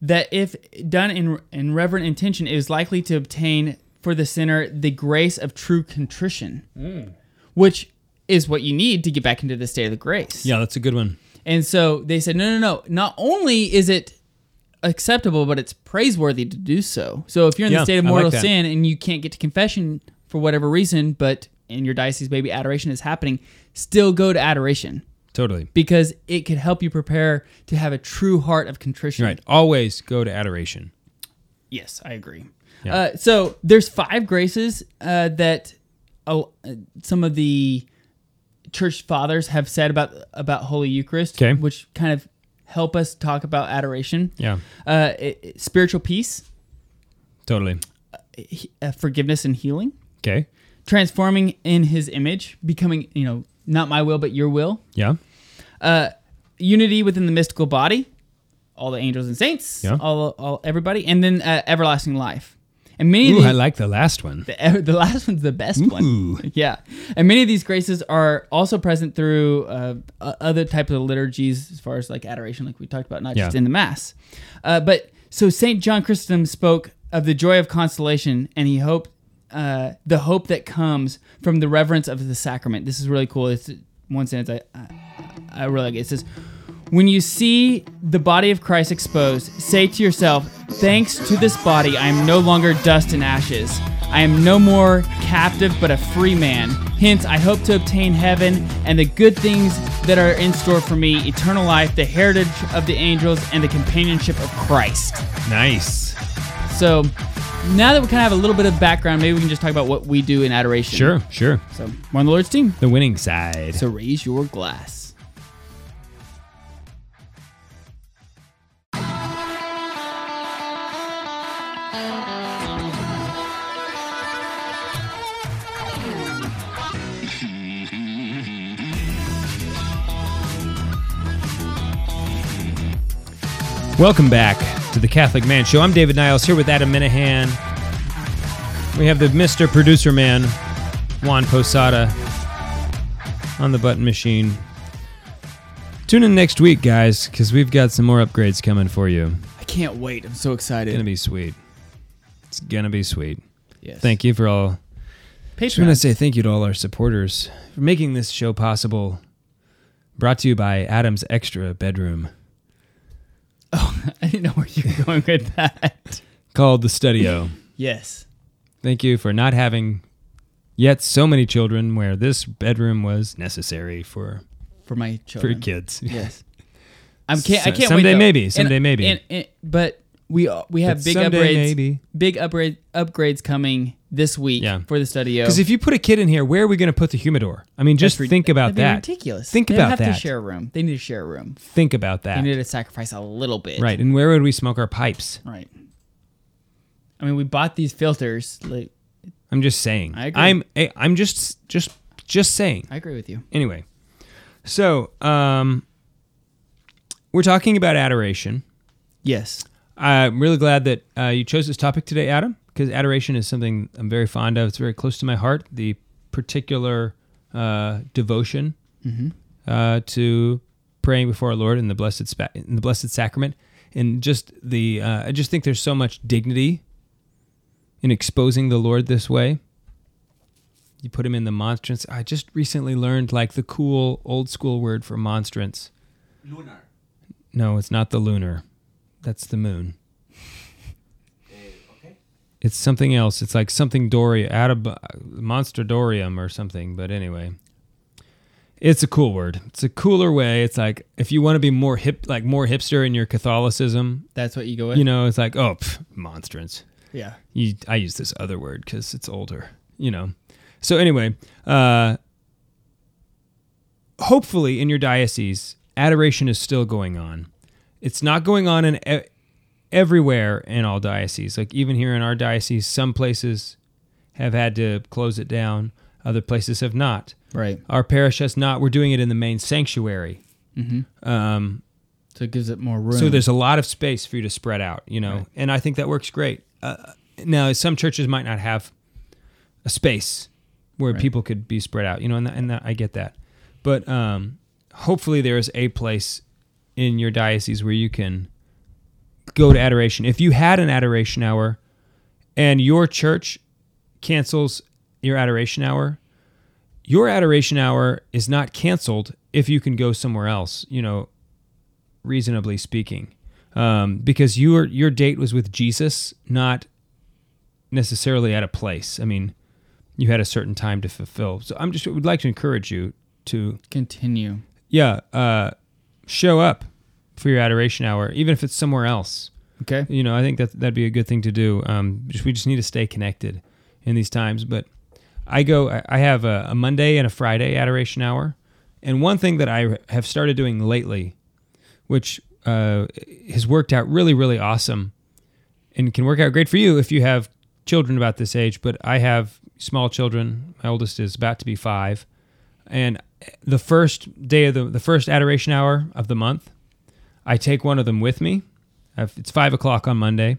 B: that if done in in reverent intention, it is likely to obtain for the sinner the grace of true contrition, which is what you need to get back into the state of the grace.
D: Yeah, that's a good one.
B: And so they said, no, no, no. Not only is it acceptable, but it's praiseworthy to do so. So if you're in
D: Yeah,
B: the state of
D: I like
B: mortal
D: that.
B: sin and you can't get to confession for whatever reason, but in your diocese maybe adoration is happening, still go to adoration
D: Totally.
B: because it could help you prepare to have a true heart of contrition.
D: Right. Always go to adoration.
B: Yes, I agree.
D: Yeah.
B: Uh, so there's five graces uh, that oh, uh, some of the church fathers have said about about Holy Eucharist,
D: Okay.
B: which kind of help us talk about adoration.
D: Yeah.
B: Uh, it- it- spiritual peace,
D: Totally.
B: uh, forgiveness, and healing.
D: Okay.
B: transforming in his image, becoming, you know, not my will, but your will.
D: Yeah.
B: Unity within the mystical body, all the angels and saints,
D: Yeah.
B: all, all everybody, and then uh, everlasting life. And many
D: Ooh,
B: of
D: I
B: these,
D: like the last one.
B: the, the last one's the best one. Yeah. And many of these graces are also present through uh, o- other types of liturgies, as far as like adoration, like we talked about, not
D: Yeah.
B: just in the Mass. Uh, but so St. John Chrysostom spoke of the joy of consolation, and he hoped uh, the hope that comes from the reverence of the sacrament. This is really cool. It's one sentence I, I, I really like. It says, when you see the body of Christ exposed, say to yourself, Thanks to this body, I am no longer dust and ashes. I am no more captive, but a free man. Hence, I hope to obtain heaven and the good things that are in store for me eternal life, the heritage of the angels, and the companionship of Christ.
D: Nice.
B: So, now that we kind of have a little bit of background, maybe we can just talk about what we do in adoration.
D: Sure, sure.
B: So, we're on the Lord's team.
D: The winning side.
B: So, raise your glass.
D: Welcome back to the Catholic Man Show. I'm David Niles here with Adam Minahan. We have the Mr. Producer Man, Juan Posada, on the button machine. Tune in next week, guys, because we've got some more upgrades coming for you.
B: I can't wait. I'm so excited.
D: Gonna be sweet. It's gonna be sweet.
B: yes.
D: Thank you for all. Just want to
B: Patreon.
D: say thank you to all our supporters for making this show possible. Brought to you by Adam's Extra Bedroom,
B: I didn't know where you were going with that.
D: called the Studio.
B: Yes.
D: Thank you for not having yet so many children where this bedroom was necessary for
B: For my
D: for
B: children.
D: kids.
B: Yes. I can't. I
D: So-
B: can't.
D: someday
B: wait, though.
D: maybe,
B: And-
D: someday maybe.
B: and- and- but we uh, we have
D: But
B: big
D: someday
B: upgrades.
D: maybe.
B: Big upgrade upgrades coming this week
D: Yeah.
B: for the studio.
D: Because if you put a kid in here, where are we going to put the humidor? I mean, just
B: That's rid-
D: think about
B: that'd be
D: that.
B: Ridiculous.
D: Think
B: they
D: about
B: have
D: that.
B: to share a room. They need to share a room.
D: Think about
B: They need
D: that.
B: to sacrifice a little bit.
D: Right. And where would we smoke our pipes?
B: Right. I mean, we bought these filters. Like,
D: I'm just saying.
B: I agree.
D: I'm I- I'm just just just saying.
B: I agree with you.
D: Anyway, so um, we're talking about adoration.
B: Yes.
D: I'm really glad that uh, you chose this topic today, Adam, because adoration is something I'm very fond of. It's very close to my heart. The particular uh, devotion uh, to praying before our Lord in the blessed spa- in the blessed sacrament, and just the uh, I just think there's so much dignity in exposing the Lord this way. You put him in the monstrance. I just recently learned like the cool old school word for monstrance. Lunar. No, it's not the lunar. That's the moon. It's something else. It's like something Doria, Adab, Monster Dorium or something. But anyway, it's a cool word. It's a cooler way. It's like if you want to be more hip, like more hipster in your Catholicism,
B: That's what you go with.
D: you know, it's like oh, pff, monstrance
B: Yeah.
D: you, I use this other word because it's older, you know. So anyway, uh, hopefully in your diocese, adoration is still going on. It's not going on in e- everywhere in all dioceses. Like even here in our diocese, some places have had to close it down. Other places have not.
B: Right.
D: Our parish has not. We're doing it in the main sanctuary.
B: So it gives it more room.
D: So there's a lot of space for you to spread out, you know, and I think that works great. Uh, now, some churches might not have a space where people could be spread out, you know, and, that, and that, I get that. But um, hopefully, there is a place in your diocese where you can go to adoration. If you had an adoration hour and your church cancels your adoration hour, your adoration hour is not canceled if you can go somewhere else, you know, reasonably speaking, um, because your your date was with Jesus, not necessarily at a place. I mean, you had a certain time to fulfill. So I'm just would like to encourage you to
B: continue.
D: yeah uh, show up for your adoration hour, even if it's somewhere else.
B: Okay.
D: You know, I think that that'd be a good thing to do. Um, just we just need to stay connected in these times. But I go, I- I have a, a Monday and a Friday adoration hour, and one thing that I have started doing lately, which uh, has worked out really, really awesome, and can work out great for you if you have children about this age. But I have small children. My oldest is about to be five, and the first day of the the first adoration hour of the month, I take one of them with me. I've- It's five o'clock on Monday,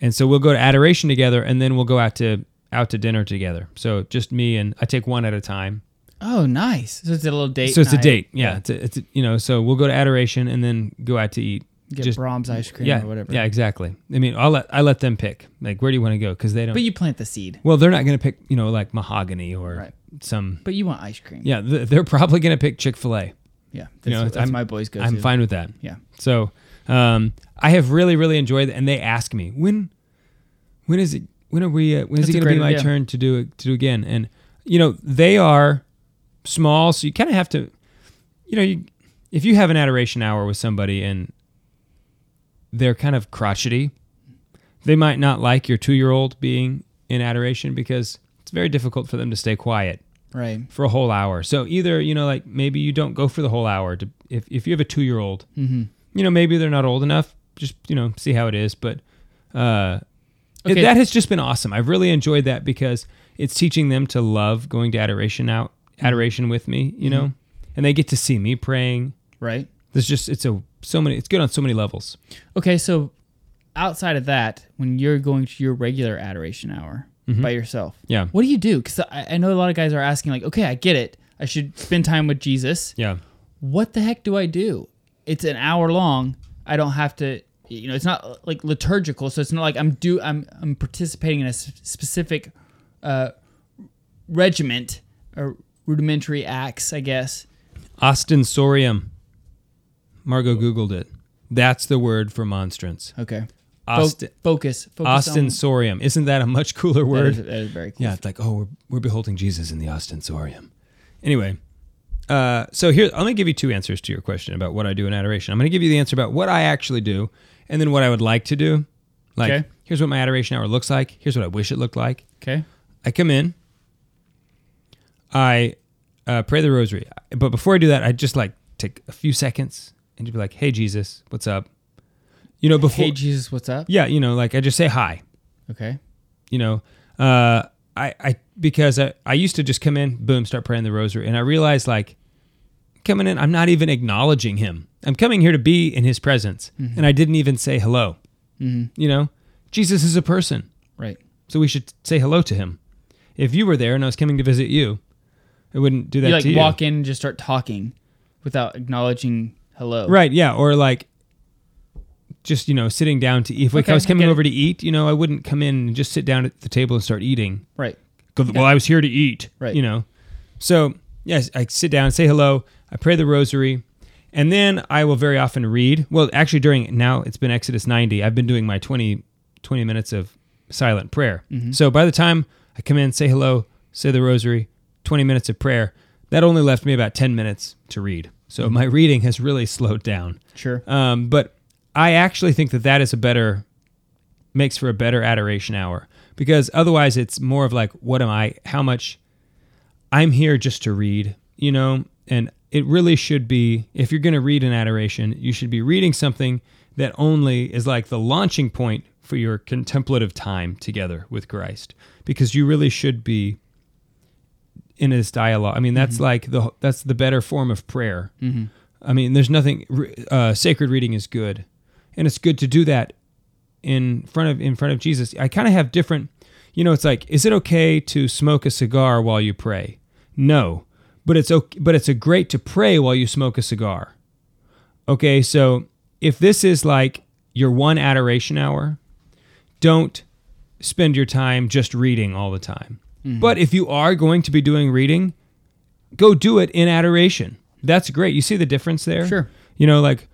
D: and so we'll go to adoration together, and then we'll go out to out to dinner together. So just me and I take one at a time.
B: Oh, nice. So it's a little date.
D: so it's
B: night.
D: a date, yeah. It's, a, it's a, you know, so we'll go to adoration and then go out to eat.
B: Get
D: Just-
B: Brahms ice cream
D: yeah,
B: or whatever.
D: yeah, exactly. I mean, I'll let I let them pick. Like, where do you want to go? Because they don't.
B: But you plant the seed,
D: Well, they're not going to pick, you know, like mahogany or
B: Right.
D: some.
B: but you want ice cream.
D: Yeah, th- they're probably going to pick Chick Fil A.
B: Yeah. That's,
D: You know,
B: that's
D: I'm-
B: my boys go
D: I'm
B: to.
D: fine with that.
B: Yeah.
D: So, um, I have really, really enjoyed it, and they ask me when, when is it? When are we? Uh, when is
B: That's
D: it
B: a
D: going to be
B: great
D: my
B: idea.
D: turn to do it to do again? And you know, they are small, so you kind of have to, you know, you if you have an adoration hour with somebody and they're kind of crotchety, they might not like your two year old being in adoration because it's very difficult for them to stay quiet
B: Right.
D: for a whole hour. So either you know, like maybe you don't go for the whole hour. To, if if you have a two year old, you know maybe they're not old enough. Just you know, see how it is. But uh, it-
B: Okay.
D: that has just been awesome. I've really enjoyed that because it's teaching them to love going to adoration out adoration with me. You know, and they get to see me praying.
B: Right.
D: There's just it's a so many. It's good on so many levels.
B: Okay, so outside of that, when you're going to your regular adoration hour by yourself,
D: Mm-hmm. Yeah.
B: what do you do? Because I, I know a lot of guys are asking, like, okay, I get it, I should spend time with Jesus.
D: Yeah.
B: What the heck do I do? It's an hour long. I don't have to, you know, it's not uh, like liturgical, so it's not like I'm do I'm I'm participating in a s- specific uh, regiment or rudimentary acts, I guess.
D: Ostensorium. Margot googled it. That's the word for monstrance.
B: Okay. Fo-
D: Osten-
B: focus. Focus on-
D: Ostensorium. Isn't that a much cooler
B: That
D: word?
B: is, that is very cool.
D: Yeah, it's like, oh, we're, we're beholding Jesus in the ostensorium. Anyway, uh, so here, I'm going to give you two answers to your question about what I do in adoration. I'm going to give you the answer about what I actually do and then what I would like to do. Like,
B: Okay.
D: here's what my adoration hour looks like. Here's what I wish it looked like.
B: Okay.
D: I come in, I uh, pray the rosary. But before I do that, I just like take a few seconds and just be like, hey, Jesus, what's up? You know, before.
B: Hey Jesus, what's up?
D: yeah, you know, like I just say hi.
B: Okay.
D: you know uh i i because i i used to just come in boom start praying the rosary and i realized like coming in i'm not even acknowledging him i'm coming here to be in his presence
B: Mm-hmm.
D: and i didn't even say hello you know jesus is a person
B: Right.
D: so we should say hello to him if you were there and i was coming to visit you i wouldn't do that
B: you like
D: to you
B: walk in and just start talking without acknowledging hello.
D: right yeah or like just you know sitting down to eat if like,
B: Okay,
D: i was
B: I
D: coming
B: get it.
D: over to eat you know i wouldn't come in and just sit down at the table and start eating
B: Right.
D: Go, Well, I was here to eat.
B: Right.
D: You know. So yes, I sit down, say hello, I pray the rosary, and then I will very often read. Well, actually, during now it's been Exodus 90. I've been doing my 20, 20 minutes of silent prayer. So by the time I come in, say hello, say the rosary, 20 minutes of prayer, that only left me about 10 minutes to read. So my reading has really slowed down.
B: Sure.
D: Um, but I actually think that that is a better makes for a better adoration hour because otherwise it's more of like what am I? How much? I'm here just to read, you know, and it really should be if you're going to read an adoration, you should be reading something that only is like the launching point for your contemplative time together with Christ because you really should be in this dialogue. I mean, that's like the that's the better form of prayer. I mean, there's nothing re- uh, sacred reading is good, and it's good to do that in front of in front of Jesus. I kind of have different, you know. It's like, is it okay to smoke a cigar while you pray? No, but it's okay, but it's a great to pray while you smoke a cigar. Okay, so if this is like your one adoration hour, don't spend your time just reading all the time. But if you are going to be doing reading, go do it in adoration. That's great. You see the difference there?
B: Sure.
D: You know, like,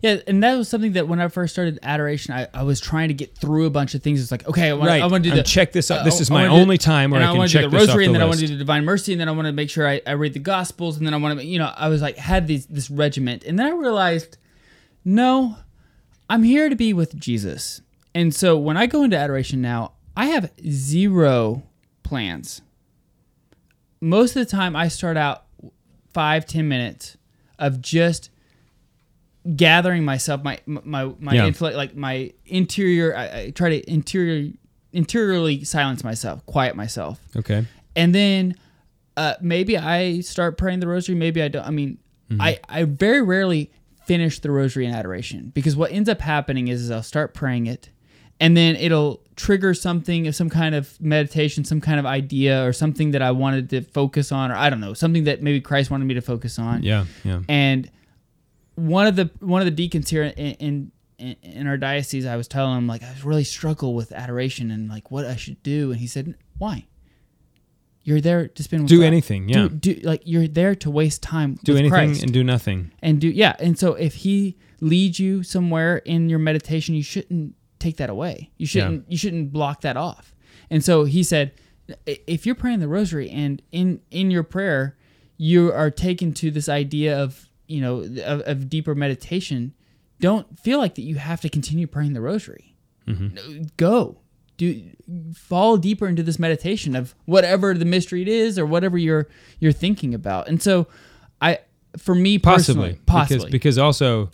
B: Yeah, and that was something that when I first started adoration, I, I was trying to get through a bunch of things. It's like, okay, I want
D: Right.
B: to do
D: I'm
B: the
D: check this out.
B: uh,
D: This is
B: I
D: my
B: wanna do-
D: only time where
B: and
D: I can
B: wanna
D: check
B: do the
D: this off
B: rosary,
D: the
B: and then I want
D: list.
B: to do the Divine Mercy, and then I want to make sure I, I read the Gospels, and then I want to, you know, I was like had these this regiment, and then I realized, no, I'm here to be with Jesus, and so when I go into adoration now, I have zero plans. Most of the time, I start out five ten minutes of just gathering myself my my my
D: Yeah.
B: infl- like my interior I, I try to interior interiorly silence myself quiet myself
D: okay.
B: and then uh, maybe I start praying the rosary. Maybe I don't. I mean, I I very rarely finish the rosary in adoration because what ends up happening is, is I'll start praying it, and then it'll trigger something of some kind of meditation, some kind of idea, or something that I wanted to focus on, or I don't know, something that maybe Christ wanted me to focus on.
D: Yeah, yeah.
B: And one of the one of the deacons here in in, in our diocese, I was telling him like I really struggle with adoration and like what I should do, and he said, "Why? You're there to spend with
D: Do
B: God.
D: anything,
B: Do,
D: yeah.
B: do like you're there to waste time.
D: Do
B: with
D: anything
B: Christ
D: and do nothing.
B: and do yeah and so if he leads you somewhere in your meditation you shouldn't take that away you shouldn't you shouldn't block that off and so he said "I- if you're praying the rosary and in in your prayer you are taken to this idea of you know of, of deeper meditation don't feel like that you have to continue praying the rosary go do fall deeper into this meditation of whatever the mystery it is or whatever you're you're thinking about and so i for me
D: Possibly,
B: personally possibly
D: because because also,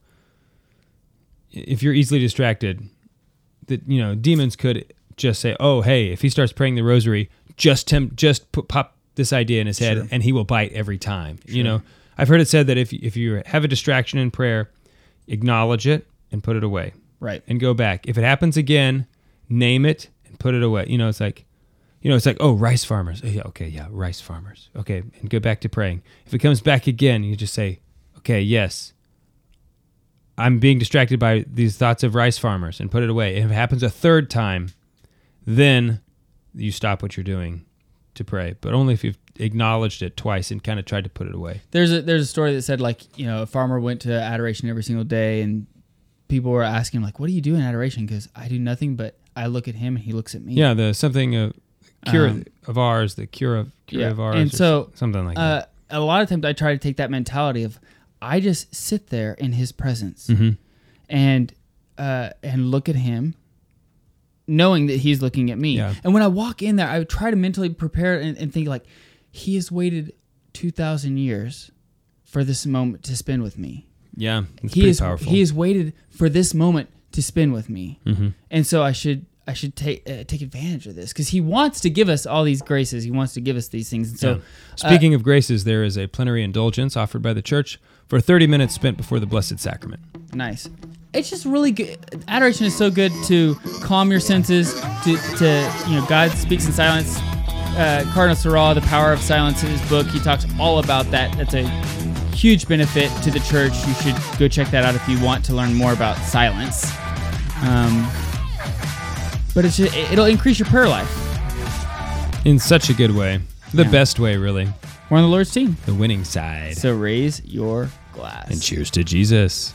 D: if you're easily distracted, that you know demons could just say, "Oh, hey, if he starts praying the rosary, just tempt, just put, pop this idea in his head, and he will bite every time." You know, I've heard it said that if if you have a distraction in prayer, acknowledge it and put it away,
B: right
D: and go back. If it happens again, name it and put it away. You know, it's like, you know, it's like, oh, rice farmers. Oh, yeah, okay, yeah, rice farmers. Okay, and go back to praying. If it comes back again, you just say, okay, yes, I'm being distracted by these thoughts of rice farmers, and put it away. If it happens a third time, then you stop what you're doing to pray, but only if you've acknowledged it twice and kind of tried to put it away.
B: there's a there's a story that said like you know a farmer went to adoration every single day and people were asking like what do you do in adoration because i do nothing but i look at him and he looks at me
D: Yeah, the something of cure
B: Um,
D: of ours, the cure of cure
B: yeah,
D: of ours,
B: and
D: or
B: so,
D: something like that.
B: uh, a lot of times I try to take that mentality of I just sit there in his presence
D: Mm-hmm.
B: and uh, and look at him, knowing that he's looking at me.
D: Yeah.
B: And when I walk in there, I would try to mentally prepare and, and think like he has waited two thousand years for this moment to spend with me.
D: Yeah, it's
B: he
D: pretty
B: is
D: powerful. Mm-hmm.
B: he has waited for this moment to spend with me, and so I should I should take uh, take advantage of this because he wants to give us all these graces. He wants to give us these things, and so.
D: Yeah. Speaking of graces, there is a plenary indulgence offered by the church for 30 minutes spent before the Blessed Sacrament.
B: Nice. It's just really good. Adoration is so good to calm your senses. To, to you know, God speaks in silence. Uh, Cardinal Seurat, The Power of Silence, in his book, he talks all about that. That's a huge benefit to the church. You should go check that out if you want to learn more about silence. Um, but it's just, it'll increase your prayer life.
D: In such a good way. The
B: Yeah.
D: best way, really.
B: We're on the Lord's team,
D: The winning side.
B: so raise your glass.
D: and cheers to Jesus.